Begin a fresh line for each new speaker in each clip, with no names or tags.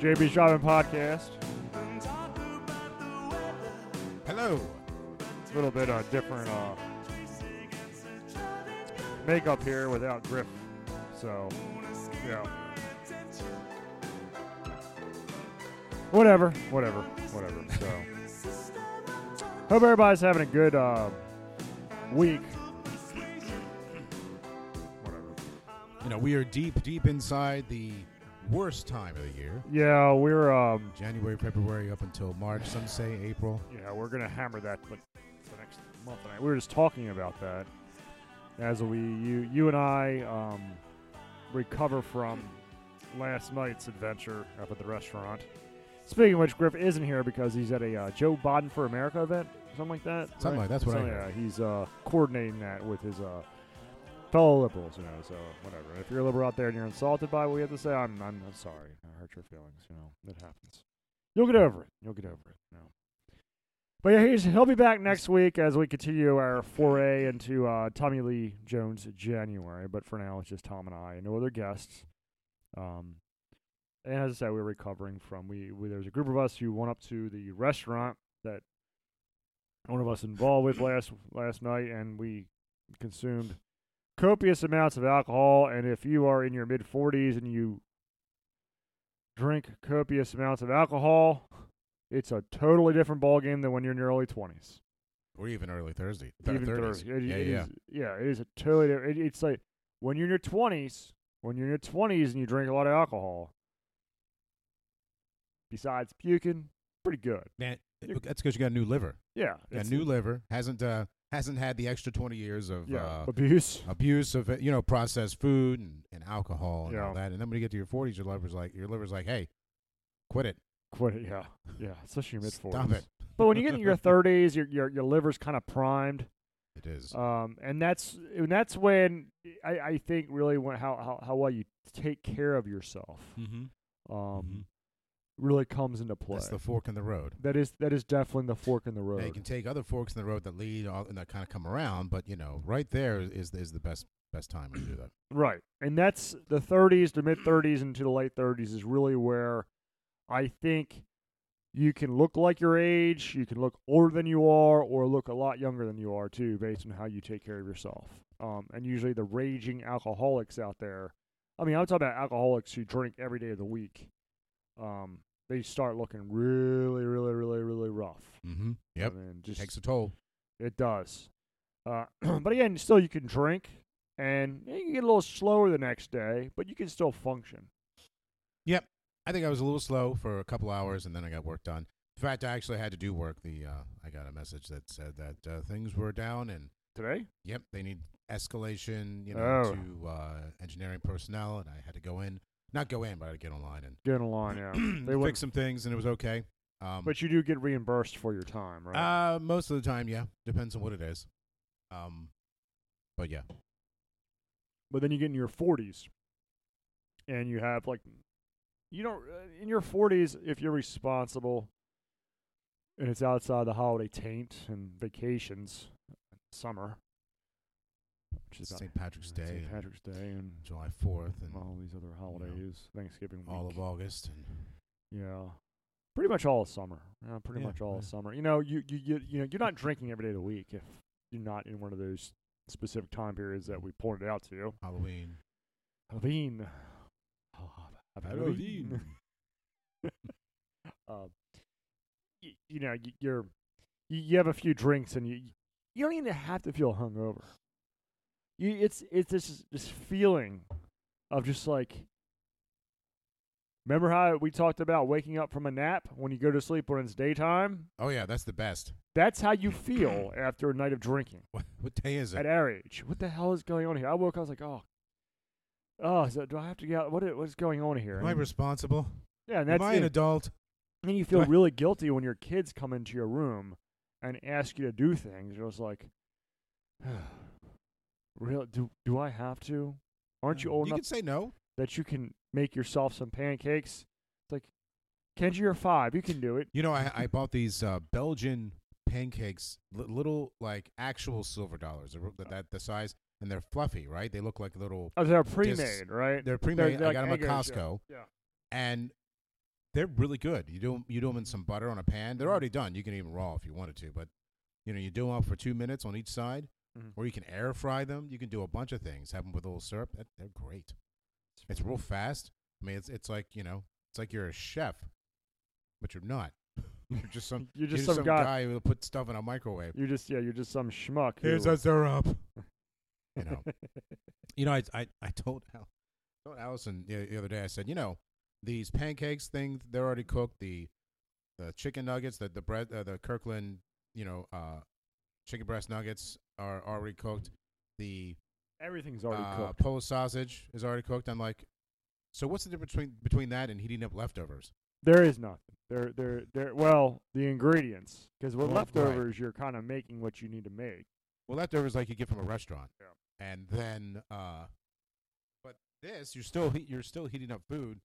JB's Driving Podcast.
Hello.
A little bit uh, different uh, makeup here without Griff. So, yeah. Whatever, whatever, whatever. So, hope everybody's having a good uh, week. Whatever.
You know, we are deep, deep inside the worst time of the year.
Yeah, we're um,
January, February, up until March. Some say April.
Yeah, we're gonna hammer that like the next month. And I, we were just talking about that as we you you and I um, recover from last night's adventure up at the restaurant. Speaking of which, Griff isn't here because he's at a uh, Joe Biden for America event, something like that.
Something
right?
like- that's what I
Something-
heard.
Yeah, he's uh, coordinating that with his uh, fellow liberals, you know. So whatever. If you're a liberal out there and you're insulted by what we have to say, I'm I'm, I'm sorry. I hurt your feelings. You know, it happens. You'll get over it. You'll get over it. You know. But yeah, he's, he'll be back next week as we continue our foray into uh, Tommy Lee Jones January. But for now, it's just Tom and I, and no other guests. Um, and as I said, we are recovering from we, we there was a group of us who went up to the restaurant that one of us involved with last last night, and we consumed copious amounts of alcohol. And if you are in your mid forties and you drink copious amounts of alcohol, it's a totally different ballgame than when you're in your early twenties.
Or even early Thursday.
Even
Thursdays.
30. It-
Yeah,
it
yeah.
is- yeah, it is a totally different. It, it's like when you're in your 20s, when you're in your 20s and you drink a lot of alcohol, besides puking, pretty good.
Man, that's because you got a new liver.
Yeah.
Got
it's-
new liver. Hasn't uh, hasn't had the extra 20 years of
yeah,
uh,
abuse.
abuse of, uh, you know, processed food and, and alcohol and
Yeah.
all that. And then when you get to your 40s, your liver's like, your liver's like, hey, quit it.
Quit it. Yeah. Yeah. Especially your mid 40s.
Stop it.
But when you get in your 30s, your, your, your liver's kind of primed.
It is.
Um, and that's and that's when I, I think really when how, how, how well you take care of yourself
mm-hmm.
um, really comes into play.
That's the fork in the road.
That is that is definitely the fork in the
Now, you
road.
can take other forks in the road that lead all, and that kind of come around, but you know, right there is is the best best time to do that.
right. And that's the 30s to mid 30s into the late 30s is really where I think you can look like your age, you can look older than you are, or look a lot younger than you are too, based on how you take care of yourself. Um, and usually the raging alcoholics out there, I mean, I'm talking about alcoholics who drink every day of the week. Um, they start looking really, really, really, really rough.
Mm-hmm. Yep,
I mean, just
takes a toll.
It does. Uh, but again, still you can drink and you can get a little slower the next day, but you can still function.
I think I was a little slow for a couple hours, and then I got work done. In fact, I actually had to do work. The uh, I got a message that said that uh, things were down, and
Today?
yep, they need escalation, you know,
Oh.
to uh, engineering personnel, and I had to go in, not go in, but I had to get online and
Get in line, Oh, yeah. They
fix
wouldn't-
some things, and it was okay. Um,
But you do get reimbursed for your time, right?
Uh, most of the time, yeah. Depends on what it is. Um, but yeah,
but then you get in your 40s and you have like, you don't, uh, in your 40s, if you're responsible and it's outside the holiday taint and vacations, summer, which is
it's
not-
St. Patrick's Day,
St.
and
Patrick's Day, and
July Fourth, and
all these other holidays, Thanksgiving, week.
all of August, and
Yeah, pretty much all of summer. Yeah, pretty
Yeah,
much all of
yeah.
summer. You know, you you you you know, you're not drinking every day of the week if you're not in one of those specific time periods that we pointed out to you.
Halloween.
Halloween. Oh, Halloween. Um, you, you know, you, you're you, you have a few drinks and you you don't even have to feel hungover. You it's it's this this feeling of just like remember how we talked about waking up from a nap when you go to sleep when it's daytime.
Oh yeah, that's the best.
That's how you feel after a night of drinking
What, what day is
at
it?
our age. What the hell is going on here? I woke up. I was like, oh. Oh, so do I have to get out? What is, what's going on here?
Am I
And-
responsible?
yeah, and that's
Am I an
it.
adult?
And then you feel
Right.
really guilty when your kids come into your room and ask you to do things. You're just like, real? Do do I have to? Aren't you
No.
old
You
enough
can say no.
that you can make yourself some pancakes? It's like, Kenji, you're five. You can do it.
You know, I, I bought these uh, Belgian pancakes, li- little like actual silver dollars, they're that, that the size, and they're fluffy, right? They look like little.
Oh, they're pre-made, right?
They're pre-made.
they're
I got
like
them at
Eggos, yeah.
Costco.
Yeah.
and they're really good. You do 'em- you do them in some butter on a pan. They're already done. You can eat them raw if you wanted to, but you know you do them up for two minutes on each side,
Mhm.
or you can air fry them. You can do a bunch of things. Have them with a little syrup. That, they're great. It's real fast. I mean, it's it's like you know, it's like you're a chef, but you're not. You're just some
You're just some guy.
who put stuff in a microwave.
You're just yeah, you're just some schmuck. who-
syrup. You know. You know, I I, I told Al, told Allison the, the other day. I said, you know, these pancakes thing, they're already cooked. The the chicken nuggets, the the bread, uh, the Kirkland, you know, uh, chicken breast nuggets are already cooked. The
Everything's already
uh,
cooked.
Polish sausage is already cooked. I'm like, so what's the difference between between that and heating up leftovers?
There is nothing. There, there, there. Well, the ingredients, because with
Well, right.
leftovers, you're kind of making what you need to make.
Well, leftovers like you get from a restaurant,
Yeah.
and then, uh, but this you're still he- you're still heating up food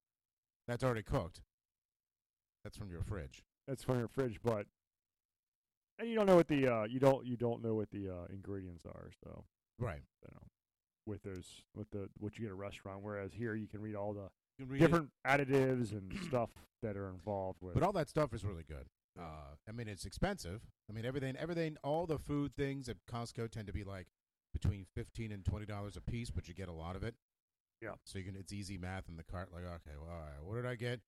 that's already cooked. That's from your fridge.
That's from your fridge, but and you don't know what the uh, you don't you don't know what the uh, ingredients are. So
Right.
you know, with those with the what you get at a restaurant, whereas here you can read all the
You can read it,
different additives and stuff that are involved with.
but all that stuff is really good. Uh, I mean, it's expensive. I mean, everything, everything, all the food things at Costco tend to be like between fifteen and twenty dollars a piece, but you get a lot of it.
Yeah.
So you can, it's easy math in the cart. Like, okay, well, all right, what did I get?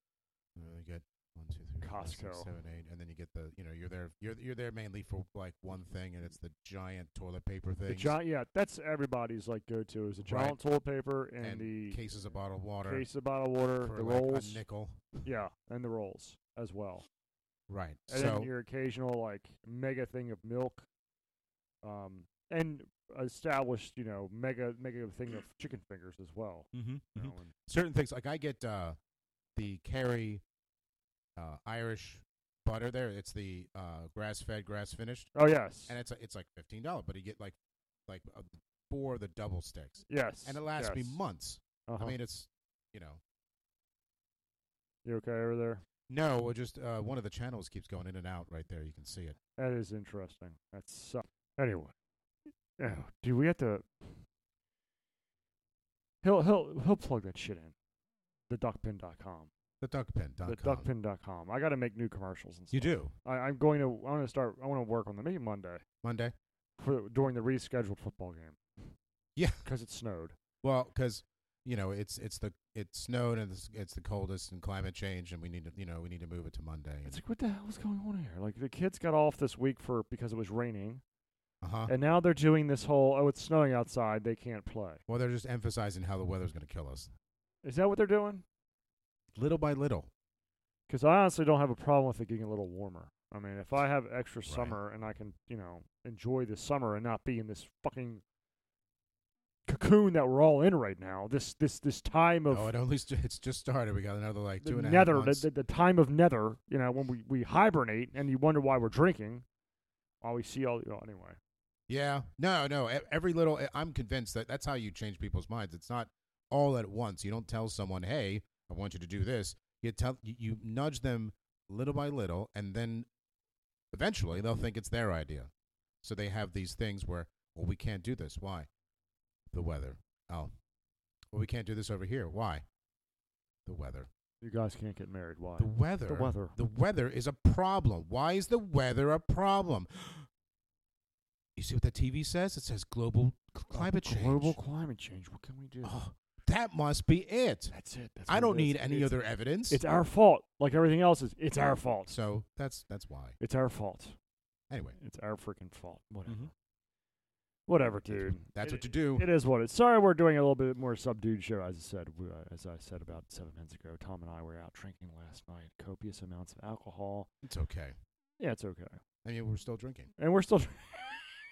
Uh, I get one, two, three, four, five, six,
Costco.
seven, eight, and then you get the, you know, you're there, you're you're there mainly for like one thing, and it's the giant toilet paper thing,
the giant, yeah, that's everybody's like go to is the
Right.
giant toilet paper and,
and
the
cases of bottled water
case of bottled water,
for
the
like
rolls,
a nickel,
yeah, and the rolls as well.
right?
and
so
then your occasional like mega thing of milk, um, and established you know mega mega thing of chicken fingers as well.
Mm-hmm.
you know, and-
certain things like I get uh the Kerry uh Irish butter there. It's the uh grass fed, grass finished.
oh yes,
And it's a, it's like fifteen dollar, but you get like like uh, four of the double sticks.
yes,
And it lasts
yes.
me months.
Uh-huh.
I mean it's you know
you okay over there?
no, well, just uh, one of the channels keeps going in and out right there. You can see it.
That is interesting. That sucks. Anyway, oh, do we have to? He'll he'll he'll plug that shit in. The duckpin.com.
The duckpin.
The duckpin.com. I got to make new commercials and stuff.
You do
I, I'm going to. I want to start. I want to work on them. Maybe Monday.
Monday.
for during the rescheduled football game.
Yeah.
because it snowed.
Well, because you know it's it's the it snowed and it's, it's the coldest and climate change and we need to you know we need to move it to Monday.
It's like, what the hell is going on here? Like the kids got off this week for because it was raining,
Uh huh.
and now they're doing this whole oh it's snowing outside, they can't play.
Well, they're just emphasizing how the weather's going to kill us.
Is that what they're doing?
little by little.
Because I honestly don't have a problem with it getting a little warmer. I mean, if I have extra
Right.
summer and I can, you know, enjoy the summer and not be in this fucking cocoon that we're all in right now, this this this time of
oh, it only st- it's just started. We got another like
the
two and a half
nether,
months.
the, the, the time of nether, you know, when we, we hibernate and you wonder why we're drinking, while we see all, you know, anyway.
yeah, no, no. e- Every little. I- I'm convinced that that's how you change people's minds. It's not all at once. You don't tell someone, "Hey, I want you to do this." You tell you, you nudge them little by little, and then eventually they'll think it's their idea. So they have these things where, well, we can't do this. Why? The weather. Oh, well, we can't do this over here. Why? The weather.
You guys can't get married. Why?
The weather.
weather.
The weather is a problem. Why is the weather a problem? You see what that TV says? It says global c- climate change.
Oh, Global climate change. What can we do?
Oh, that must be it.
That's it. That's
I
what
don't
it is.
need any
It's-
other evidence.
It's our fault. Like everything else is, it's our fault.
so that's that's why.
It's our fault.
Anyway,
It's our freaking fault. Whatever.
Mhm.
Whatever, dude.
that's
It-
what you do.
It is what it. Sorry, we're doing a little bit more subdued show. As I said, we, uh, as I said about seven minutes ago, Tom and I were out drinking last night, copious amounts of alcohol.
It's okay.
Yeah, it's okay.
I mean, we're still drinking.
and we're still.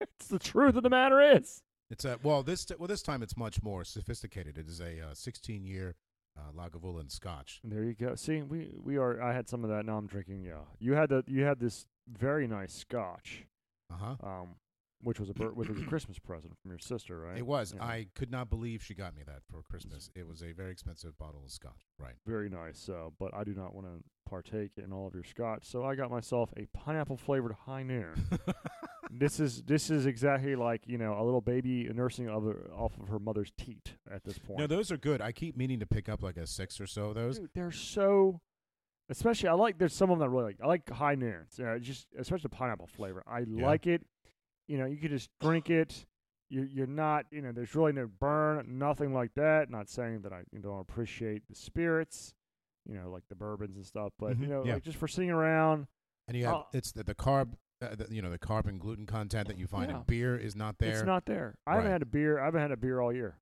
it's the truth of the matter is.
It's a well this t- well this time it's much more sophisticated. It is a uh, 16 year uh, Lagavulin Scotch.
And there you go. See, we we are. I had some of that. Now I'm drinking. Yeah, you had the you had this very nice Scotch,
Uh huh.
um, which was a bir- which was a Christmas present from your sister, right?
It was.
Yeah.
I could not believe she got me that for Christmas. It was a very expensive bottle of Scotch. Right.
very nice. So, but I do not want to partake in all of your Scotch. So I got myself a pineapple flavored high noon. this is this is exactly like you know a little baby nursing of her, off of her mother's teat at this point. Mm.
No, those are good. I keep meaning to pick up like a six or so of those.
Dude, they're so Especially, I like. There's some of them that I really like. I like high noons. You know, just especially the pineapple flavor. I
Yeah.
like it. You know, you could just drink it. You're, you're not. You know, there's really no burn, nothing like that. Not saying that I you know, don't appreciate the spirits. You know, like the bourbons and stuff. But
Mhm,
you know,
yeah.
like just for sitting around,
And you have
Oh.
it's the, the carb, uh, the, you know, the carb and gluten content that you find
Yeah.
in beer is not there.
it's not there. I haven't
Right.
had a beer. I haven't had a beer all year.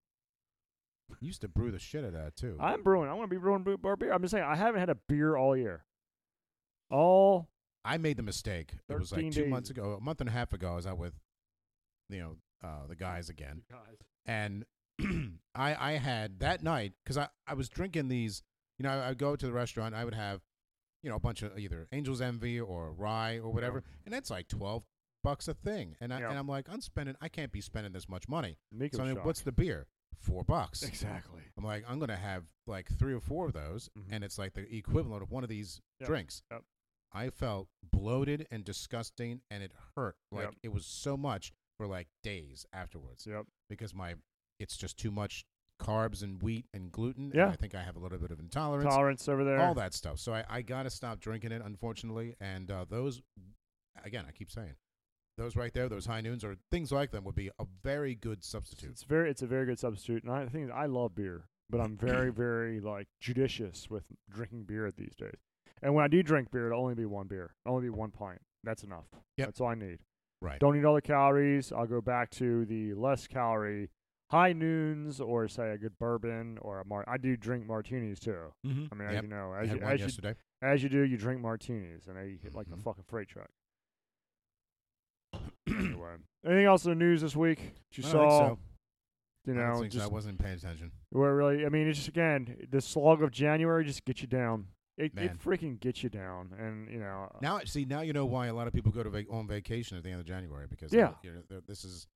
you used to brew the shit out of that too.
I'm brewing. I'm gonna be brewing bre- bar beer. I'm just saying I haven't had a beer all year. All
I made the mistake. It was like
13
two
days.
months ago, a month and a half ago. I was out with, you know, uh, the guys again, and I I had that night because I I was drinking these. You know, I, I'd go to the restaurant. I would have, you know, a bunch of either Angel's Envy or rye or whatever, and that's like twelve bucks a thing. And I
Yeah.
and I'm like, I'm spending. I can't be spending this much money.
Nico
So I mean,
shot.
what's the beer? Four bucks.
exactly?
I'm like, I'm gonna have like three or four of those,
Mhm.
and it's like the equivalent of one of these
Yep,
drinks.
yep.
I felt bloated and disgusting, and it hurt. Like
Yep.
it was so much for like days afterwards
Yep.
because my it's just too much carbs and wheat and gluten. and
Yeah.
I think I have a little bit of intolerance,
Tolerance over there.
all that stuff. So I, I gotta stop drinking it, unfortunately. And uh, those, again, I keep saying. Those right there, those high noons or things like them would be a very good substitute.
It's very. It's a very good substitute. And I think I love beer, but I'm very, very like judicious with drinking beer these days. And when I do drink beer, it'll only be one beer. It'll only be one pint. That's enough.
Yep.
That's all I need.
Right.
Don't need all the calories. I'll go back to the less calorie high noons or say a good bourbon or a mar. I do drink martinis too.
Mm-hmm.
I mean, as you know,
I
as
had
you,
one
as you
yesterday.
As you do, you drink martinis, and they hit like a
Mhm.
fucking freight truck. anyway, anything else in the news this week? that You
I don't think
saw,
so.
you
I, don't
know,
think so. I
just
wasn't paying attention.
we're really. I mean, it's just again the slog of January just gets you down. It
Man.
it freaking gets you down, and you know,
Now, see, now you know why a lot of people go to vac- on vacation at the end of January because
Yeah.
they're- you know, they're- this is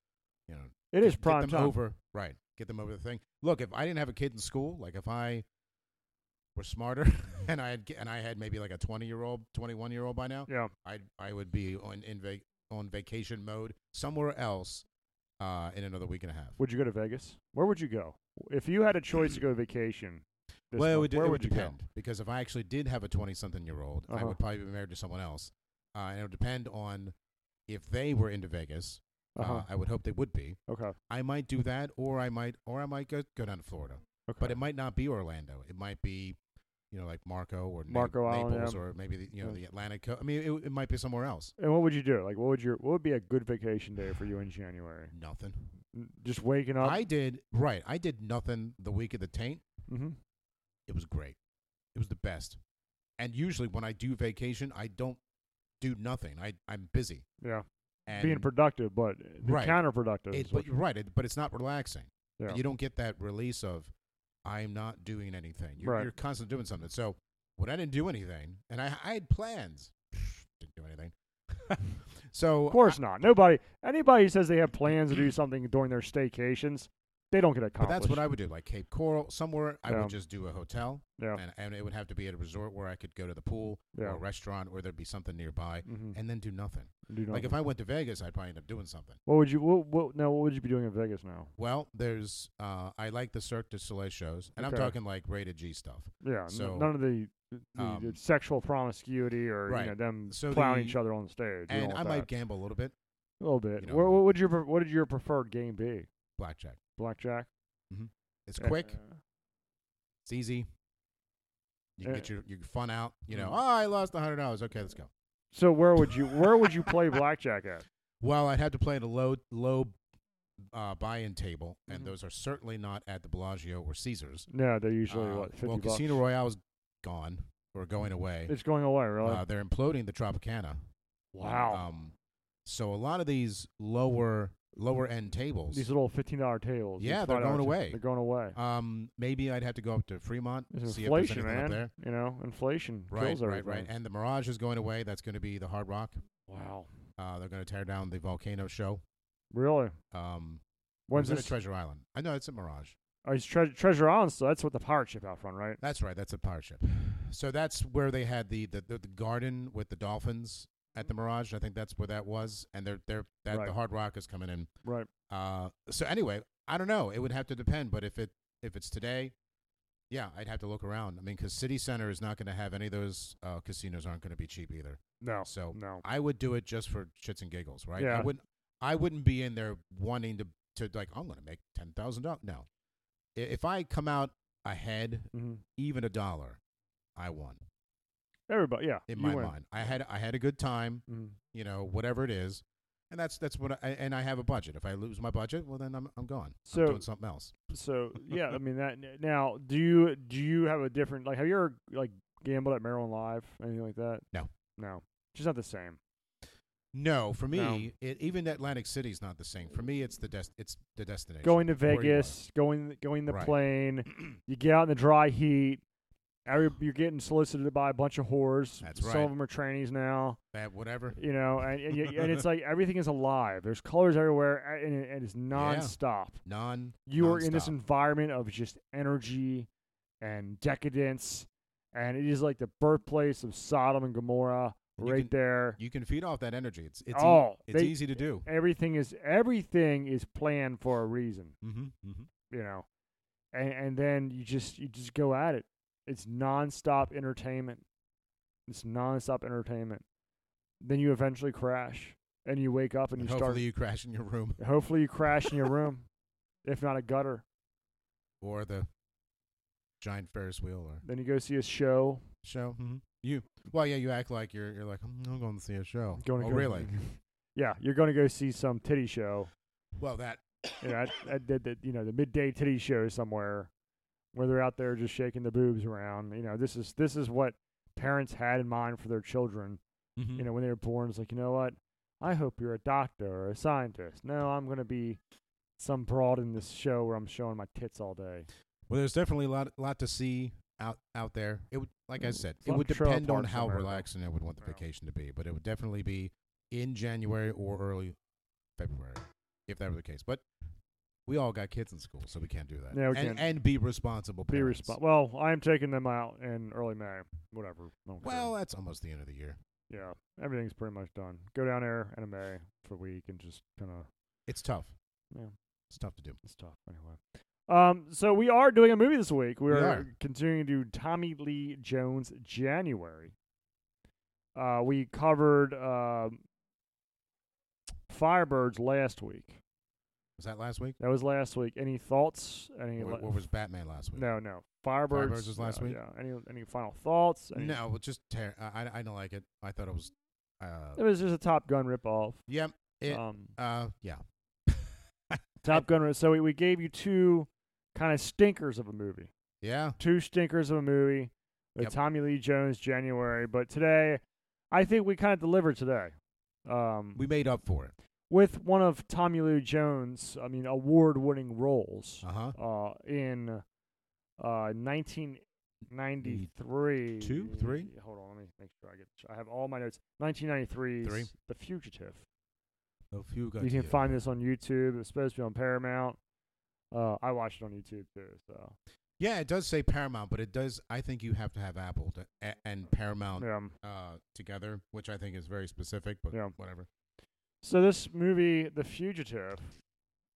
you know
it is
get
prime
them
time.
over right, get them over the thing. Look, if I didn't have a kid in school, like if I were smarter and I had ki- and I had maybe like a twenty year old, twenty one year old by now,
Yeah,
I I would be on in vac- on vacation mode somewhere else uh, in another week and a half.
would you go to Vegas? Where would you go if you had a choice to go vacation? This
well,
month,
it would,
where
it
would you
depend because if I actually did have a twenty-something-year-old, I
Uh-huh.
would probably be married to someone else, uh, and it would depend on if they were into Vegas.
go? Uh-huh.
Uh, I would hope they would be.
okay,
I might do that, or I might, or I might go, go down to Florida,
okay.
but it might not be Orlando. It might be, you know, like Marco or Na-
Marco Island,
Naples,
yeah.
or maybe the, you know
Yeah.
the Atlantic. Co- I mean, it, it might be somewhere else.
and what would you do? Like, what would your what would be a good vacation day for you in January?
Nothing.
N- Just waking up.
I did right. I did nothing the week of the taint.
mm-hmm.
It was great. It was the best. And usually when I do vacation, I don't do nothing. I I'm busy.
Yeah.
And
being productive, but the
Right.
counterproductive.
it,
is
but
what-
you're right. It, but it's not relaxing.
Yeah.
You don't get that release of I'm not doing anything. You're,
Right.
you're constantly doing something. So when I didn't do anything, and I, I had plans, didn't do anything. so
of course not. Nobody, anybody who says they have plans to do something during their staycations, they don't get
But
accomplished.
that's what I would do. Like Cape Coral, somewhere I
Yeah.
would just do a hotel,
Yeah.
and, and it would have to be at a resort where I could go to the pool or
Yeah.
a restaurant, or there'd be something nearby,
Mhm.
and then do nothing.
do
Like if
nothing.
I went to Vegas, I'd probably end up doing something.
what would you? What, what? No, what would you be doing in Vegas now?
Well, there's uh, I like the Cirque du Soleil shows, and
Okay.
I'm talking like rated G stuff.
Yeah, n-
So,
none of the, the, the
um,
sexual promiscuity or
right.
you know them
So
plowing
the-
each other on the stage. You
and
don't
I
want
might
that.
gamble a little bit,
a little bit.
you know,
what, what would your pre- What did your preferred game be?
blackjack.
Blackjack.
It's
Yeah.
quick, it's easy. You can
Uh,
get your, your fun out. You know,
Mm.
oh, I lost hundred dollars. Okay, let's go.
So where would you Where would you play blackjack at?
Well, I'd have to play at a low low uh, buy-in table,
Mhm.
and those are certainly not at the Bellagio or Caesars.
No, they're usually
Uh,
what fifty
well,
bucks.
Casino Royale is gone or going away.
It's going away, really.
Uh, they're imploding the Tropicana.
wow.
Um, so a lot of these lower lower end tables.
These little fifteen dollar tables. these
Yeah, they're
$5
going
tables,
away.
They're going away.
um, maybe I'd have to go up to Fremont.
It's
see if
inflation,
there's anything
man.
Up there.
You know, inflation
Right,
kills
right,
everything.
right. And the Mirage is going away. That's going to be the Hard Rock.
wow,
Uh, they're going to tear down the volcano show.
really?
Um,
When's
is that
this?
at Treasure Island? I know it's at Mirage.
oh, it's tre- Treasure Island, so that's what the pirate ship out front, right?
That's right. That's a pirate ship. So that's where they had the the, the, the garden with the dolphins at the Mirage. I think that's where that was. And they're they're that
Mm-hmm. Right.
the Hard Rock is coming in.
Right.
Uh, so anyway, I don't know. It would have to depend. But if it if it's today, Yeah, I'd have to look around. I mean, because city center is not going to have any of those uh, casinos. Aren't going to be cheap either.
No.
So
no.
I would do it just for shits and giggles, right?
Oh. Yeah.
I wouldn't. I wouldn't be in there wanting to to like. I'm going to make ten thousand dollars. No, I- if I come out ahead,
Mm-hmm.
even a dollar, I won
Everybody, yeah.
in
you
my
win.
mind. I had I had a good time.
Mhm.
You know, whatever it is, and that's that's what I and I have a budget. If I lose my budget, well then I'm I'm gone.
So-
I'm doing something else.
So yeah, I mean that. n- Now, do you do you have a different like? Have you ever like gambled at Maryland Live, anything like that?
No.
no, it's just not the same.
No, for me, it, even Atlantic City's not the same. For me, it's the des- it's the destination.
Going to
where you are.
Vegas, going going the
Right.
plane, you get out in the dry heat. Every, you're getting solicited by a bunch of whores.
That's
Some
right.
of them are trainees now.
That whatever.
You know, and and, you, and it's like everything is alive. There's colors everywhere, a- and, it- and it's nonstop.
Non.
you are in this
nonstop.
environment of just energy and decadence, and it is like the birthplace of Sodom and Gomorrah
And you
right
can-
there.
You can feed off that energy. It's it's e-
Oh,
it's
they-
easy to do.
everything is everything is planned for a reason,
Mm-hmm, mm-hmm.
you know, and and then you just you just go at it. It's nonstop entertainment. It's nonstop entertainment. Then you eventually crash, and you wake up and you
Hopefully,
start.
you crash in your room
hopefully, you crash in your room, if not a gutter.
or the giant Ferris wheel or
Then you go see a show.
show. Mm-hmm. You well, yeah. You act like you're you're like "Mm, I'm going to see a show.
Going
oh,
to go-
really?
Yeah, you're going to go see some titty show.
Well, that
You know, at, at the, the- you know the midday titty show somewhere, where they're out there just shaking the boobs around. You know, this is this is what parents had in mind for their children.
mm-hmm.
You know, when they were born, it's like, you know what? I hope you're a doctor or a scientist. No, I'm going to be some broad in this show where I'm showing my tits all day.
Well, there's definitely a lot lot to see out out there. It would, like I
Mm,
said,
it's a
it
lot
would
of trailer
depend on
parks in
how
America.
relaxing I would want the
Yeah.
vacation to be, but it would definitely be in January or early February, if that were the case. But we all got kids in school, so we can't do that.
No, we
and,
can't.
and be responsible.
Be
parents.
resp- Well, I am taking them out in early May. Whatever. I don't care.
Well, uh that's almost the end of the year.
yeah, everything's pretty much done. Go down there in May for a week and just kind of
It's tough.
Yeah.
It's tough to do.
It's tough anyway. Um, so we are doing a movie this week. We're
are.
continuing to do Tommy Lee Jones January. Uh, we covered um, Firebirds last week.
Was that last week?
That was last week. Any thoughts? Any?
Or,
la-
or was Batman last week?
no, no. Firebirds,
Firebirds was last
no,
week?
Yeah. Any any final thoughts? Any,
No, well, just ter- I, I- I don't like it. I thought it was. Uh,
It was just a Top Gun ripoff.
yep. It-
um,
Uh, yeah.
Top Gun. rip- So we, we gave you two kind of stinkers of a movie.
Yeah.
two stinkers of a movie with
Yep.
Tommy Lee Jones January. But today, I think we kind of delivered today um,
We made up for it.
with one of Tommy Lee Jones, I mean, award-winning roles
Uh huh.
uh, in uh, 1993.
Two? Three?
Hold on, let me make sure I get. I have all my notes. 1993.
Three.
The Fugitive.
A few
you can find this on YouTube. It's supposed to be on Paramount. Uh, I watched it on YouTube too. So
Yeah, it does say Paramount, but it does. I think you have to have Apple to, a, and Paramount
yeah.
uh, together, which I think is very specific. But
Yeah.
whatever.
So this movie, The Fugitive,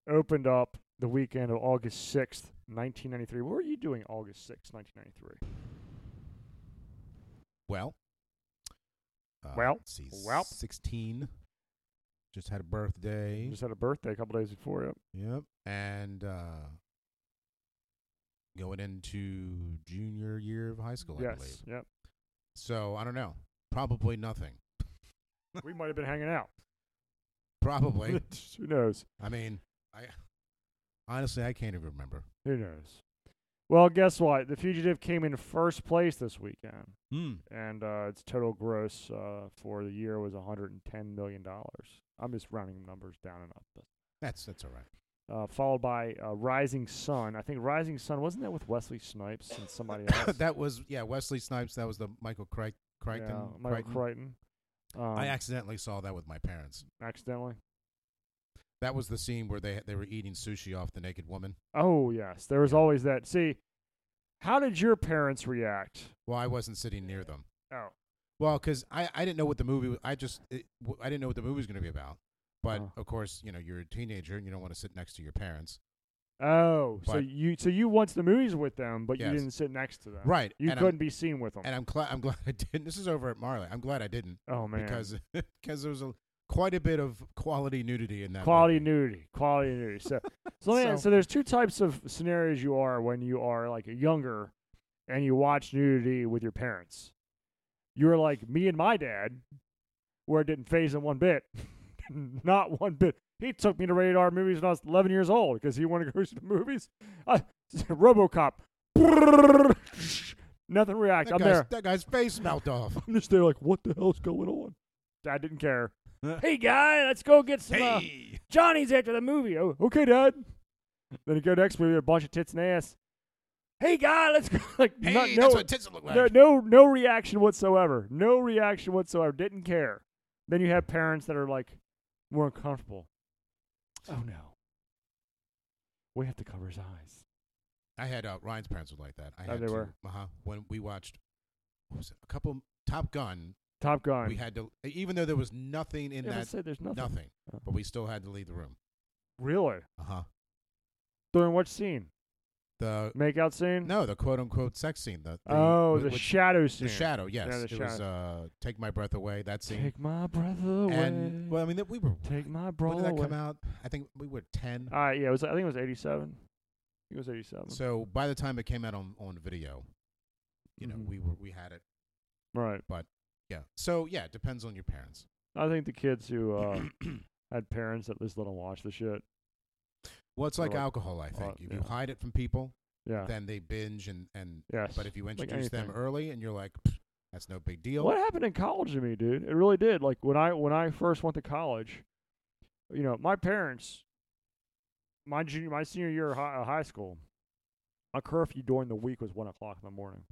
opened up the weekend of August sixth, nineteen ninety three. What were you doing August sixth, nineteen ninety three?
Well, uh,
Well,
let's see,
well.
sixteen. Just had a birthday.
Just had a birthday a couple days before it.
yep, and uh, going into junior year of high school, I believe.
yes. Yep.
So I don't know. Probably nothing.
we might have been hanging out.
Probably.
Who knows?
I mean, I honestly I can't even remember.
Who knows? Well, guess what? The Fugitive came in first place this weekend,
Hmm.
and uh, its total gross uh, for the year was one hundred and ten million dollars. I'm just rounding numbers down and up. But,
That's that's all right.
uh, followed by uh, Rising Sun. I think Rising Sun wasn't that with Wesley Snipes and somebody else?
that was yeah Wesley Snipes. That was the Michael Crichton. Crichton.
Yeah, Michael
Crichton.
Crichton. Um,
I accidentally saw that with my parents.
accidentally.
That was the scene where they they were eating sushi off the naked woman.
Oh yes, there was
Yeah.
always that. See, how did your parents react?
Well, I wasn't sitting near them.
Oh,
Well, because I, I didn't know what the movie was. I just it, w- I didn't know what the movie was going to be about. But
Uh-huh.
of course, you know you're a teenager and you don't want to sit next to your parents.
Oh, so
But-
you so you watched the movies with them, but
Yes.
you didn't sit next to them.
Right.
You
and
couldn't be seen with them.
I'm, and I'm glad I'm glad I didn't. This is over at Marley. I'm glad I didn't
oh man.
because because there was a quite a bit of quality nudity in that.
quality
movie.
nudity, quality nudity. So, so, let me-
So-
so there's two types of scenarios you are when you are like younger, and you watch nudity with your parents. You're like me and my dad, where it didn't phase him one bit, not one bit. He took me to rated R movies when I was 11 years old because he wanted to go to the movies. I, RoboCop, nothing react.
That
I'm
guy's,
there.
that guy's face melt off.
I'm just there like, what the hell's going on? Dad didn't care. hey guy, let's go get some. uh,
Hey,
Johnny's after the movie. Oh, okay, Dad. Then you go next movie, a bunch of tits and ass. Hey, guy, let's go. Like,
hey,
not-
that's
no,
what tits look like.
no, no, no reaction whatsoever. No reaction whatsoever. Didn't care. Then you have parents that are like more uncomfortable. Oh no, we have to cover his eyes.
I had uh, Ryan's parents were like that. I
Oh,
had
they
to,
were?
Uh-huh, when we watched, what was it? A couple Top Gun.
Top Gun.
We had to, even though there was nothing in
Yeah,
that,
let's say there's nothing.
nothing,
Oh.
but we still had to leave the room.
Really?
Uh huh.
During what scene?
The
Makeout scene?
no, the quote unquote sex scene. The, the
Mm-hmm. oh,
with-
the
with
shadow scene.
the shadow. Yes,
the
it was uh, take my breath away. That scene.
Take my breath away.
and well, I mean, that we were.
Take my breath
When
away. Um,
did that come out? I think we were ten.
All right, yeah, it was. I think it was eighty-seven. I think it was eighty-seven.
So by the time it came out on on video, you know,
Mhm.
we were we had it.
right.
Yeah. So yeah, it depends on your parents.
I think the kids who uh, had parents that just let them watch the shit.
Well, it's
Or
like
like-
alcohol, I think.
uh,
if you
yeah.
hide it from people,
Yeah.
then they binge, and, and
yes.
but if you introduce them
anything.
early, and you're like, "Pfft, that's no big deal.
What happened in college to me, dude? It really did. Like when I when I first went to college, you know, my parents, my junior, my senior year of high, uh, high school, my curfew during the week was one o'clock in the morning.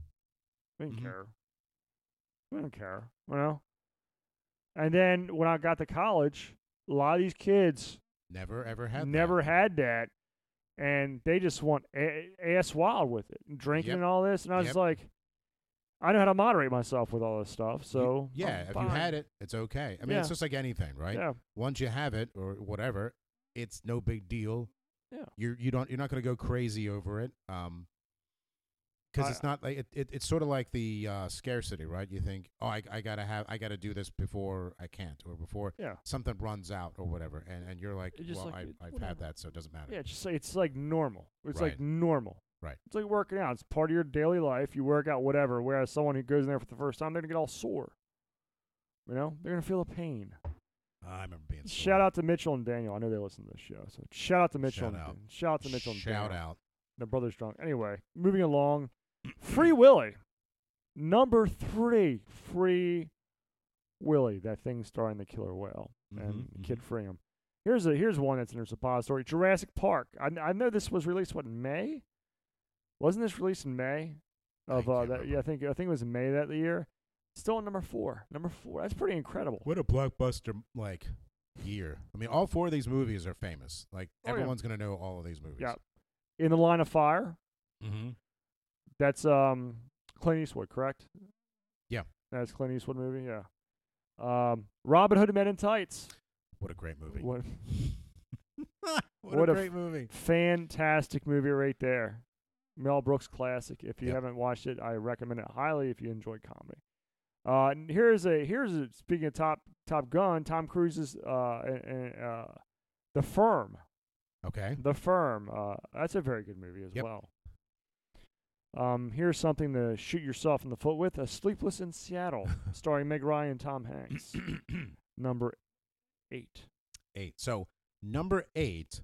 We didn't
Mhm.
care. We didn't care, you know. And then when I got to college, a lot of these kids
Never ever had. that.
never had that, and they just want a- ass wild with it, and drinking
Yep.
and all this. And I was
Yep.
like, I know how to moderate myself with all this stuff.
You-
So
yeah,
I'm
if
fine.
you had it, it's okay. I mean,
Yeah.
it's just like anything, right?
yeah,
Once you have it or whatever, it's no big deal.
Yeah.
You you don't you're not going to go crazy over it. Um. Because
I-
it's not like it, it, it's sort of like the uh, scarcity, right? You think, oh, I, I gotta have, I gotta do this before I can't, or before
yeah,
something runs out or whatever, and, and you're like,
It's just
well,
like, it-
I, I've
whatever.
had that, so it doesn't matter.
yeah. It's just like- it's like normal. It's
Right.
like normal.
Right.
It's like working out. It's part of your daily life. You work out, whatever. Whereas someone who goes in there for the first time, they're gonna get all sore. You know, they're gonna feel a pain.
I remember being
Shout out to Mitchell and Daniel. I know they listen to this show, so shout out to Mitchell.
Shout
and
out.
Dan- Shout out to Mitchell. and
Shout
Daniel.
out.
The brother's drunk. Anyway, moving along. Free Willy. Number three. Free Willy. That thing starring the killer whale and
Mhm,
Kid Freedom. Here's a here's one that's in her suppository. Jurassic Park. I, kn- I know this was released what in May? Wasn't this released in May?
I
Of uh,
can't
that, yeah, I think I think it was in May that year. Still on number four. Number four. That's pretty incredible.
What a blockbuster like year. I mean, all four of these movies are famous. Like
Oh, yeah.
everyone's gonna know all of these movies.
Yeah. In the Line of Fire.
Mm-hmm.
That's um Clint Eastwood, correct?
Yeah.
That's Clint Eastwood movie, yeah. Um Robin Hood Men in Tights.
What a great movie.
What
what,
What
a
a
great movie.
fantastic movie right there. Mel Brooks classic. If you
Yep.
haven't watched it, I recommend it highly if you enjoy comedy. Uh, and here's a here's a, speaking of Top Top Gun, Tom Cruise's uh, and, and, uh, The Firm.
Okay.
The Firm. Uh, that's a very good movie as
Yep.
well. Um, here's something to shoot yourself in the foot with: A Sleepless in Seattle, starring Meg Ryan and Tom Hanks. Number eight.
eight. So number eight,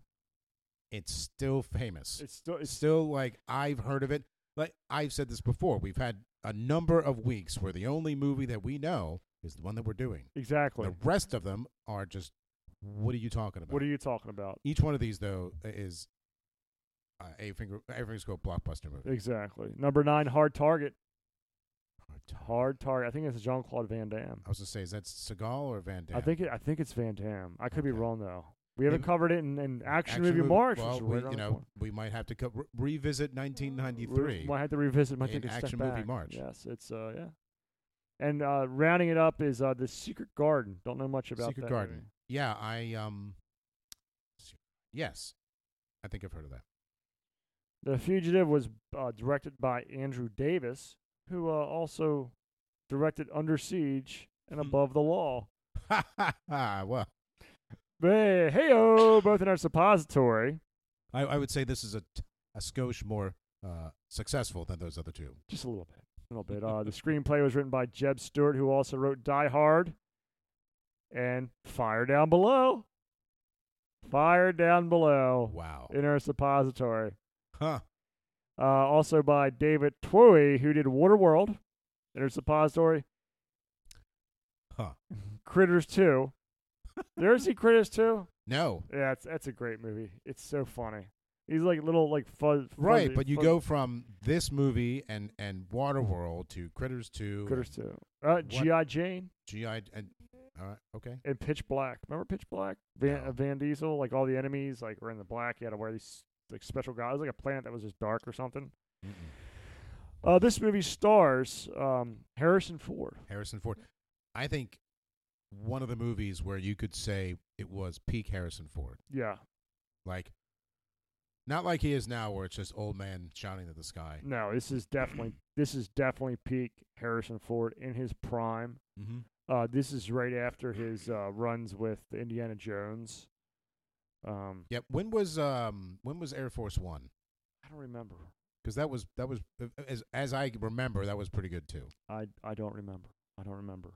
it's still famous.
It's still
It's
it's
still like I've heard of it. Like I've said this before. We've had a number of weeks where the only movie that we know is the one that we're doing.
exactly.
The rest of them are just what are you talking about?
What are you talking about?
Each one of these though is uh, a finger everything's go blockbuster movie.
Exactly. Number nine, Hard Target. Hard Target. I think it's Jean Claude Van Damme.
I was gonna say, is that Seagal or Van Damme?
I think it, I think it's Van Damme. I could be
Okay.
wrong though. We haven't
Maybe-
covered it in, in action, movie, March.
Well,
which is
we,
right around
you
the
know,
corner.
we might have to co- re- revisit
We
1993.
might have to revisit. Might
in
take a step
Action Movie
back.
March.
Yes, it's uh yeah. And uh, rounding it up is uh, the Secret Garden. Don't know much about
Secret
that
Garden.
movie.
Yeah, I um, yes, I think I've heard of that.
The Fugitive was uh, directed by Andrew Davis, who uh, also directed Under Siege and
Hmm.
Above the Law.
Ha ha ha. Well,
Hey, hey, both in our suppository.
I, I would say this is a, t- a skosh more uh, successful than those other two.
Just a little bit. A little bit. Uh, the screenplay was written by Jeb Stewart, who also wrote Die Hard and Fire Down Below. Fire Down Below
Wow.
in our suppository.
Huh.
Uh, also by David Twohy, who did Waterworld, Inner Suppository,
Huh.
Critters 2. Did you ever see Critters 2?
No.
Yeah, it's, that's a great movie. It's so funny. He's like little, like, fuzz.
Right, but you go from this movie and and Waterworld to Critters Two,
Critters 2. Uh, G.I. Jane
GI, and all right, okay,
and Pitch Black. Remember Pitch Black? Van,
No.
uh, Van Diesel, like, all the enemies, like, were in the black. You had to wear these, like, special guys. It was like a planet that was just dark or something. Uh, this movie stars um, Harrison Ford.
Harrison Ford. I think one of the movies where you could say it was peak Harrison Ford,
Yeah.
like not like he is now, where it's just old man shouting at the sky.
No, this is definitely this is definitely peak Harrison Ford in his prime.
Mm-hmm.
Uh, this is right after his uh, runs with the Indiana Jones. Um,
Yep. When was um when was Air Force One?
I don't remember.
Because that was that was as as I remember that was pretty good too.
I I don't remember. I don't remember.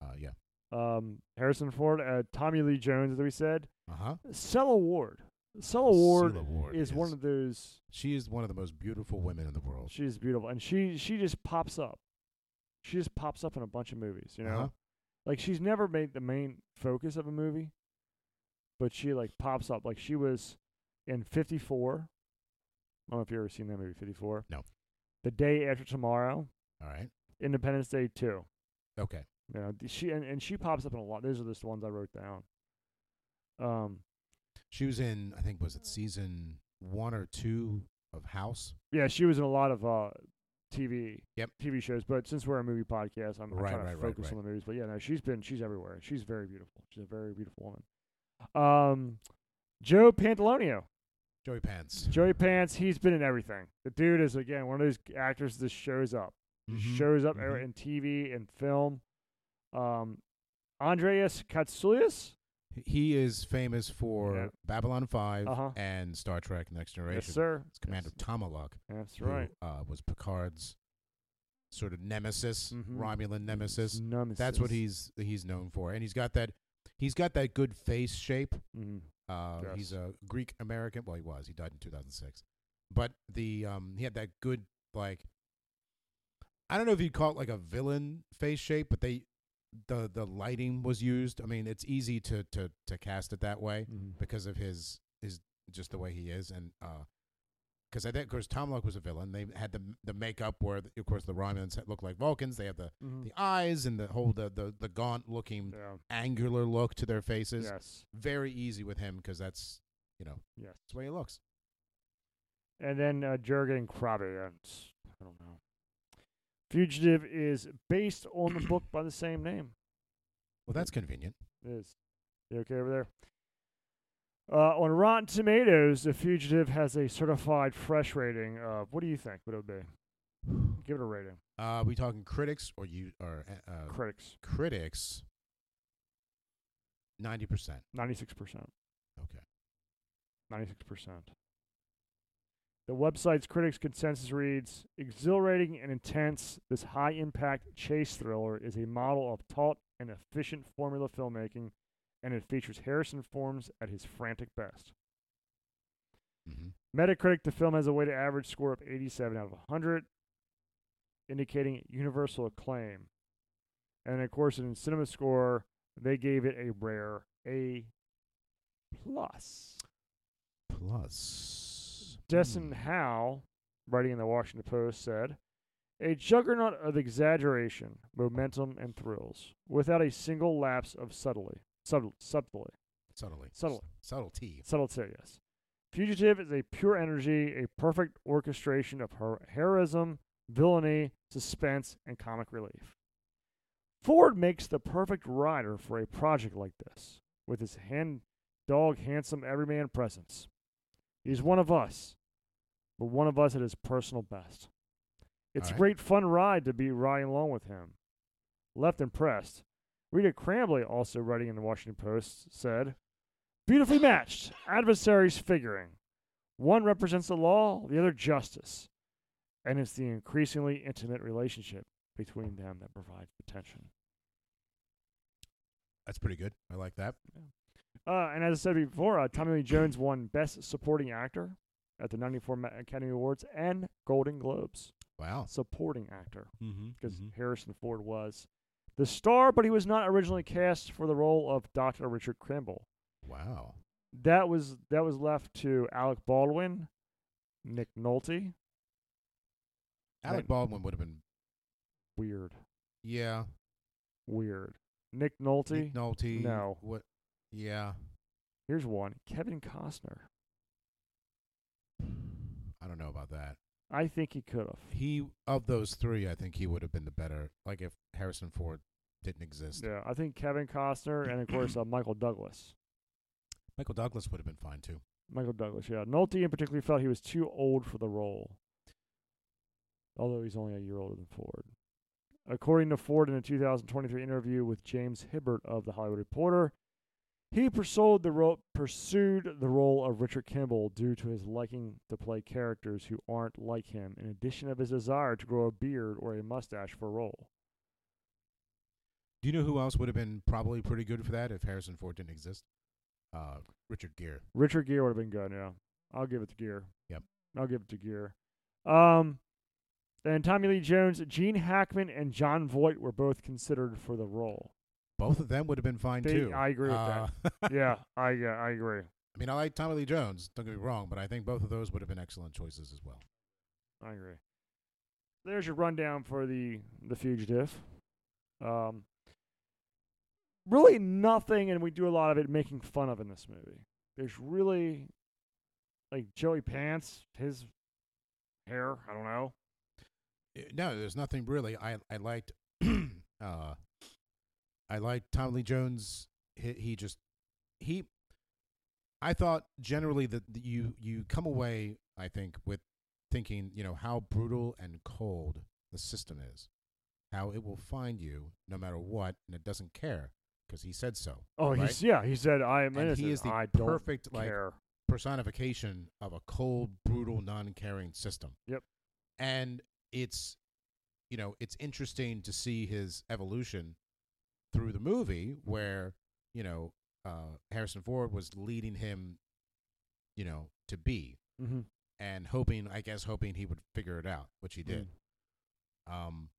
Uh, yeah.
Um, Harrison Ford, uh, Tommy Lee Jones, as we said,
Uh huh.
Sella Ward. Sella Ward
Celia Ward
is one
is-
of those.
She is one of the most beautiful women in the world.
She's beautiful, and she she just pops up. She just pops up in a bunch of movies. You know.
Uh-huh.
like she's never made the main focus of a movie, but she like pops up. Like she was in Fifty Four. I don't know if you ever seen that movie, Fifty Four.
No.
The Day After Tomorrow,
All right.
Independence Day Two.
Okay.
You know, th- she and, and she pops up in a lot. Those are just the ones I wrote down. Um,
She was in, I think, was it season one or two of House?
yeah, she was in a lot of uh TV.
Yep.
TV shows, but since we're a movie podcast, I'm, I'm
Right,
trying
right,
to
right,
focus
right.
on the movies. But yeah, no, she's been she's everywhere. She's very beautiful. She's a very beautiful woman. Um, Joe Pantalonio.
Joey Pants.
Joey Pants, he's been in everything. The dude is again one of those actors that shows up, Just
Mhm,
shows up
mhm.
in TV and film. Um, Andreas Katsoulis,
He is famous for
Yeah.
Babylon 5
Uh-huh.
and Star Trek Next Generation.
yes sir,
It's Commander Tomalak,
That's, that's
who,
right.
uh, was Picard's sort of nemesis,
Mhm.
Romulan nemesis.
Nemesis.
That's what he's he's known for, and he's got that he's got that good face shape.
Mhm.
Uh,
Yes.
He's a Greek American. Well, he was. He died in 2006. But the um, he had that good like. I don't know if you'd call it like a villain face shape, but they, the the lighting was used. I mean, it's easy to to to cast it that way
Mhm.
because of his his just the way he is, and because I think of course Tom Locke was a villain. They had the the makeup where of course the Romulans look like Vulcans. They have the
Mhm.
the eyes and the whole the the, the gaunt looking
Yeah.
angular look to their faces
Yes.
very easy with him because that's you know
Yes.
that's the way he looks.
And then uh, Jurgen Krabbe. uh, s- I don't know. Fugitive is based on the book by the same name.
Well, that's convenient.
It is. You okay over there? Uh, on Rotten Tomatoes, The Fugitive has a certified fresh rating of what do you think? What it would be? Give it a rating.
Uh, we talking critics or you or uh, uh,
Critics,
critics? Ninety percent.
ninety-six percent.
Okay.
Ninety-six percent. The website's critics' consensus reads: exhilarating and intense. This high-impact chase thriller is a model of taut and efficient formula filmmaking, and it features Harrison Forms at his frantic best.
hmm
Metacritic, the film has a weighted average score of 87 out of 100, indicating universal acclaim. And of course, in Cinema Score, they gave it a rare A plus.
Plus,
Destin
Hmm.
Howe, writing in the Washington Post, said, "A juggernaut of exaggeration, momentum, and thrills, without a single lapse of subtlety, sub- subtlety,
subtly,
subtle-
subtlety.
Subtlety, yes. Fugitive is a pure energy, a perfect orchestration of her- heroism, villainy, suspense, and comic relief. Ford makes the perfect rider for a project like this, with his hand dog handsome everyman presence. He's one of us, but one of us at his personal best. It's a
Alright.
great fun ride to be riding along with him. Left impressed. Rita Crambley, also writing in the Washington Post, said, Beautifully matched, adversaries figuring. One represents the law, the other justice. And it's the increasingly intimate relationship between them that provides the tension.
That's pretty good. I like that.
Uh, and as I said before, uh, Tommy Lee Jones won Best Supporting Actor at the 94 Ma- Academy Awards and Golden Globes.
Wow.
Supporting Actor,
Oh. Mm-hmm.
because Harrison Ford was the star, but he was not originally cast for the role of Dr. Richard Crimble.
Wow.
That was that was left to Alec Baldwin, Nick Nolte.
Alec
Right.
Baldwin would have been.
Weird,
Yeah.
weird. Nick Nolte.
Nick Nolte.
No.
What? Yeah.
Here's one. Kevin Costner.
I don't know about that.
I think he could have.
He of those three, I think he would have been the better. Like if Harrison Ford didn't exist,
Yeah, I think Kevin Costner and of course uh, Michael Douglas.
Michael Douglas would have been fine too.
Michael Douglas, yeah. Nolte in particular felt he was too old for the role, although he's only a year older than Ford. According to Ford in a 2023 interview with James Hibbert of The Hollywood Reporter, he pursued the, ro- pursued the role of Richard Kimball due to his liking to play characters who aren't like him, in addition of his desire to grow a beard or a mustache for role.
Do you know who else would have been probably pretty good for that if Harrison Ford didn't exist? Uh, Richard Gere.
Richard Gere would have been good. Yeah, I'll give it to Gere.
Yep.
I'll give it to Gere. Um, and Tommy Lee Jones, Gene Hackman, and John Voight were both considered for the role.
Both of them would have been fine
They-
too.
I agree with that.
that.
yeah, I yeah, I agree.
I mean, I like Tommy Lee Jones. Don't get me wrong, but I think both of those would have been excellent choices as well.
I agree. There's your rundown for the the fugitive. Um, really nothing, and we do a lot of it making fun of in this movie. There's really like Joey Pants, his hair. I don't know.
Uh, No, there's nothing really. I I liked, uh, I liked Tom Lee Jones. He, he just he. I thought generally that th- you you come away. I think with thinking you know how brutal and cold the system is, how it will find you no matter what, and it doesn't care because he said so.
Oh,
right?
he's yeah. He said, "I am
and
innocent.
he is the
I don't
perfect like
care."
personification of a cold, brutal, non-caring system.
Yep.
And it's, you know, it's interesting to see his evolution through the movie, where you know uh, Harrison Ford was leading him, you know, to be
mm-hmm.
and hoping, I guess, hoping he would figure it out, which he did. Um,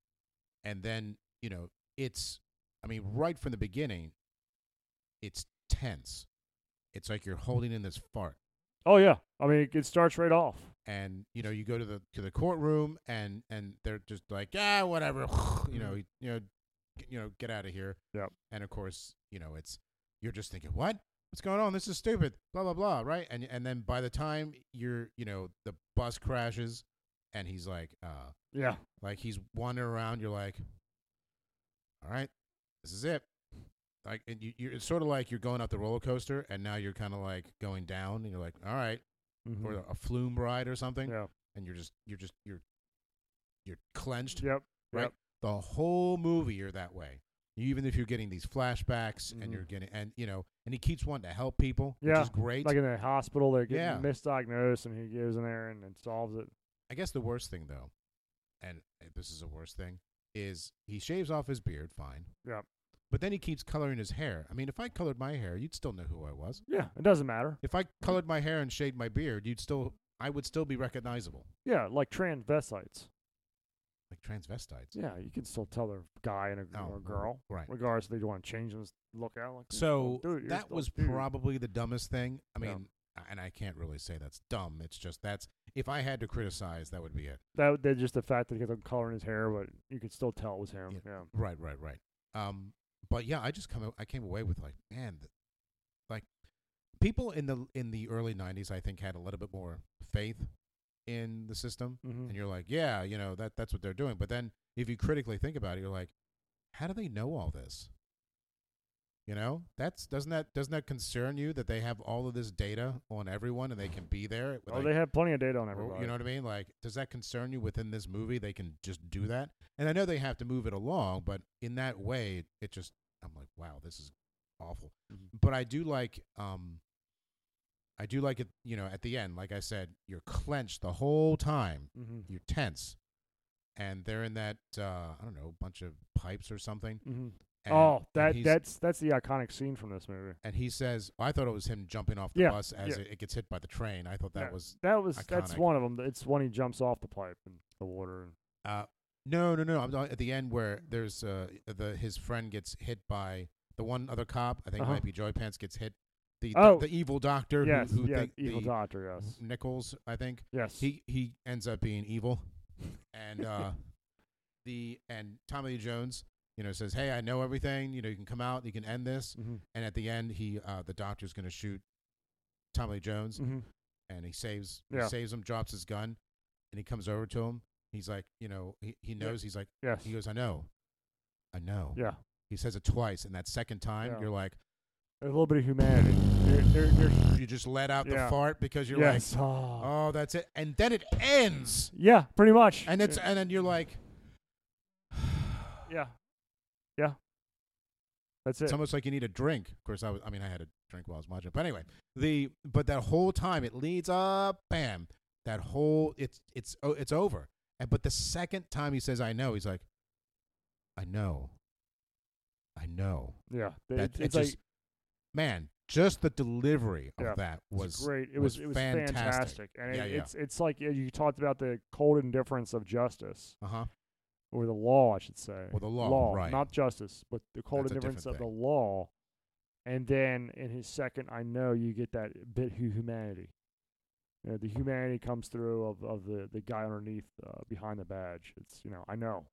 and then you know, it's, I mean, right from the beginning, it's tense. It's like you're holding in this fart
Oh yeah. I mean, it, it starts right off.
and you know you go to the to the courtroom and and they're just like ah whatever you know you, you know g- you know get out of here
Yep.
and of course you know it's you're just thinking what what's going on this is stupid blah blah blah right and and then by the time you're you know the bus crashes and he's like uh
Yeah.
like he's wandering around you're like all right this is it like and you, you're it's sort of like you're going up the roller coaster and now you're kind of like going down and you're like all right,
Mhm.
or a flume ride or something
yeah.
and you're just you're just you're you're clenched
Yep.
right
yep.
the whole movie you're that way even if you're getting these flashbacks
Mhm.
and you're getting and you know and he keeps wanting to help people
Yeah,
which is great
Like in the hospital, they're getting
Yeah.
misdiagnosed, and he goes in there and, and solves it.
i guess the worst thing though and this is the worst thing is he shaves off his beard fine
Yep.
but then he keeps coloring his hair i mean if i colored my hair you'd still know who i was
Yeah. It doesn't matter.
if i colored my hair and shaved my beard you'd still i would still be recognizable
Yeah. Like transvestites.
like transvestites
Yeah. You can still tell they're a guy and a,
Oh,
or a girl,
right.
Regardless, if they want to change them, look out. Like, "You're still
So
a dude, you're
that
still a
was
dude."
probably the dumbest thing. I
Yeah.
mean, and I can't really say that's dumb. It's just that's if I had to criticize, that would be it.
that. That just the fact that he had the color in his hair, but you could still tell it was him.
Yeah.
yeah.
Right, right, right. Um, but yeah, I just come. I came away with like, man, th- like people in the in the early '90s, I think, had a little bit more faith in the system.
Mhm.
And you're like, yeah, you know that that's what they're doing. But then if you critically think about it, you're like, how do they know all this? You know, that's doesn't that doesn't that concern you that they have all of this data on everyone and they can be there?
Oh,
like,
they have plenty of data on
or-
everybody.
You know what I mean? Like, does that concern you within this movie? They can just do that, and I know they have to move it along, but in that way, it just I'm like, wow, this is awful.
Mm-hmm.
But I do like, um, I do like it. You know, at the end, like I said, you're clenched the whole time
mm-hmm.
you're tense, and they're in that uh, I don't know bunch of pipes or something.
Mm-hmm.
And,
Oh,
and
that
he's-
that's that's the iconic scene from this movie.
and he says, I thought it was him jumping off the
Yeah,
bus as
yeah.
it, it gets hit by the train. I thought that
Yeah.
was
That was that's
Iconic.
one of them. It's when he jumps off the pipe in the water. And,
uh, no, no, no. I'm talking at the end where there's uh, the his friend gets hit by the one other cop. I think
Uh-huh.
it might be Joey Pants gets hit. The, the,
Oh.
the evil doctor
yes,
who, who
yeah,
think
evil
the
doctor. Yes,
Nichols, I think.
yes.
he he ends up being evil, and uh, the and Tommy Lee Jones, you know, says, "Hey, I know everything. You know, you can come out, you can end this."
mm-hmm.
And at the end, he uh, the doctor's going to shoot Tommy Lee Jones,
Mm-hmm.
and he saves
Yeah.
he saves him, drops his gun, and he comes over to him. He's like, you know, he, he knows. He's like,
Yes.
he goes, "I know, I know."
yeah.
He says it twice, and that second time,
Yeah.
you're like,
There's a little bit of humanity. There- there- there's-
you just let out
Yeah.
the fart because you're
yes.
like,
Oh.
"Oh, that's it," and then it ends.
yeah, pretty much.
and it's
yeah.
and then you're like
yeah, yeah. That's it.
it's almost like you need a drink of course i was i mean i had a drink while i was watching it. but anyway the but that whole time it leads up bam that whole it's it's oh, it's over and but the second time he says i know he's like i know i know
yeah,
that
it,
it's,
it's like
just man just the delivery of
Yeah,
that
it's
was
great. It
was
was, it was
fantastic.
fantastic, and
Yeah,
it,
yeah.
it's it's like yeah, you talked about the cold indifference of justice
uh-huh
or the law, I should say.
Or the law, right.
Not justice, but the cold
That's a
indifference of
different
the law. And then in his second, I know you get that bit hu- humanity. You know, the humanity comes through of, of the, the guy underneath uh, behind the badge. It's you know I know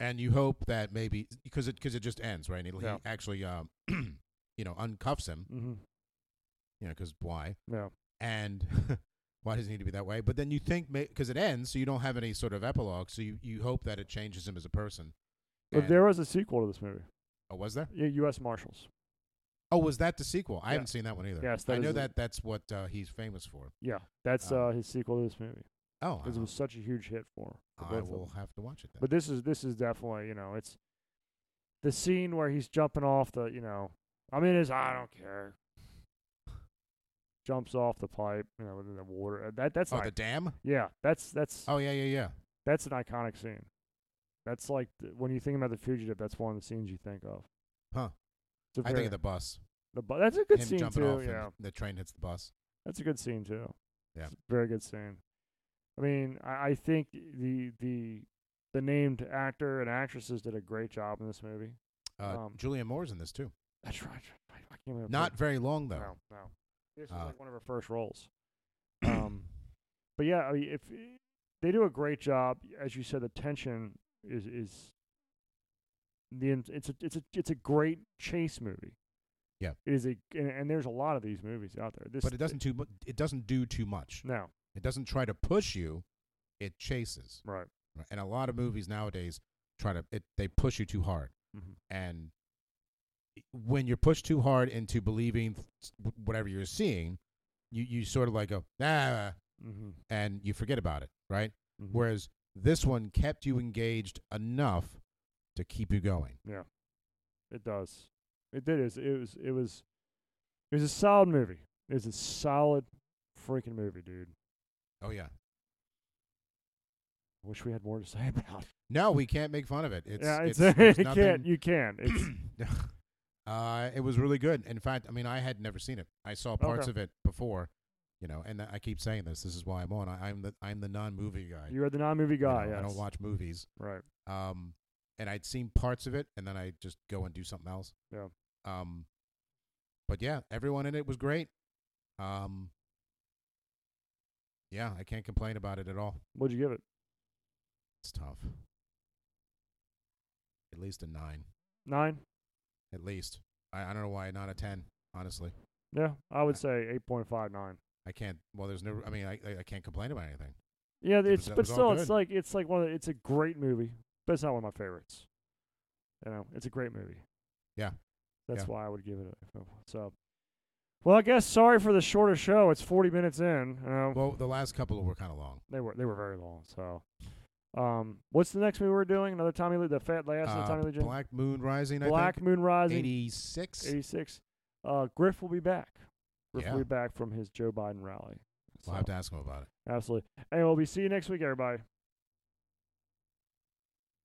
and you hope that maybe because it because it just ends right and he, he
Yeah.
actually um you know uncuffs him
mm-hmm.
you know because why
yeah
and why does it need to be that way? But then you think because it ends, so you don't have any sort of epilogue, so you, you hope that it changes him as a person.
But
And-
there was a sequel to this movie,
oh, was there?
yeah, U.S. Marshals.
Oh, was that the sequel? I
Yeah.
haven't seen that one either.
Yes,
I
that
know
is a-
that that's what uh, he's famous for.
Yeah, that's
Ah.
uh, his sequel to this movie
Oh,
because it was such a huge hit for. for
I,
both
I
of them.
will have to watch it then.
But this is this is definitely you know it's the scene where he's jumping off the you know I'm in his I don't care jumps off the pipe you know in the water Uh, that that's
oh,
like
the dam.
yeah that's that's
Oh yeah, yeah, yeah.
that's an iconic scene. That's like th- when you think about the fugitive, that's one of the scenes you think of.
Huh.
It's a
I think
very-
of the bus.
the bu- that's a good
him
scene
jumping
too.
off,
yeah,
and the train hits the bus.
that's a good scene too.
Yeah.
It's a very good scene. I mean, I, I think the the the named actor and actresses did a great job in this movie.
Uh,
Um,
Julian Moore's in this too.
That's right. that's right. I can't remember.
Not very long though.
No, no. This was
Uh,
like one of her first roles. Um, but yeah, I mean, if they do a great job, as you said, the tension is is the in- it's a it's a it's a great chase movie.
Yeah.
it is a and, and there's a lot of these movies out there. This
but it doesn't too. mu- It doesn't do too much.
no
It doesn't try to push you. It chases.
right.
Right. And a lot of movies nowadays try to it, they push you too hard.
Mhm.
And when you're pushed too hard into believing th- whatever you're seeing, you you sort of like go nah,
Mm-hmm.
and you forget about it, right? Whereas this one kept you engaged enough to keep you going.
It does. It did. It was. It was. It was. It was a solid movie. It was a solid freaking movie, dude.
Oh yeah.
Wish we had more to say about. It.
No, we can't make fun of it. It's
yeah, it's,
there's
you
nothing-
can't. You can. It's
uh, it was really good. In fact, I mean, I had never seen it. I saw parts
Okay.
of it before, you know. And I keep saying this. This is why I'm on. I, I'm the I'm the non-movie guy.
you are the non-movie
you know,
guy. yes.
I don't watch movies.
Right.
Um, and I'd seen parts of it, and then I just go and do something else.
Yeah.
Um, but yeah, everyone in it was great. Um, yeah, I can't complain about it at all.
What'd you give it?
It's tough. At least a nine.
Nine.
At least. I, I don't know why not a ten. Honestly.
Yeah, I would
Uh,
say eight point five nine.
I can't. Well, there's no. I mean, I I- I can't complain about anything.
Yeah,
was-
it's
that
but
was all
still, it's
good.
like it's like one of the, it's a great movie, but it's not one of my favorites. You know, it's a great movie.
Yeah.
That's
Yeah.
why I would give it a so. Well, I guess sorry for the shorter show. It's 40 minutes in. Uh,
Well, the last couple were kind of long.
they were they were very long. So, um, what's the next movie we're doing? Another Tommy Lee, the Fat Last, of
Uh,
Tommy Lee Jones,
Black Moon Rising. I
Black
think.
Moon Rising,
86.
86. Uh, Griff will be back. Griff
Yeah.
will be back from his Joe Biden rally.
We'll
So,
have to ask him about it.
absolutely. And we'll be see you next week, everybody.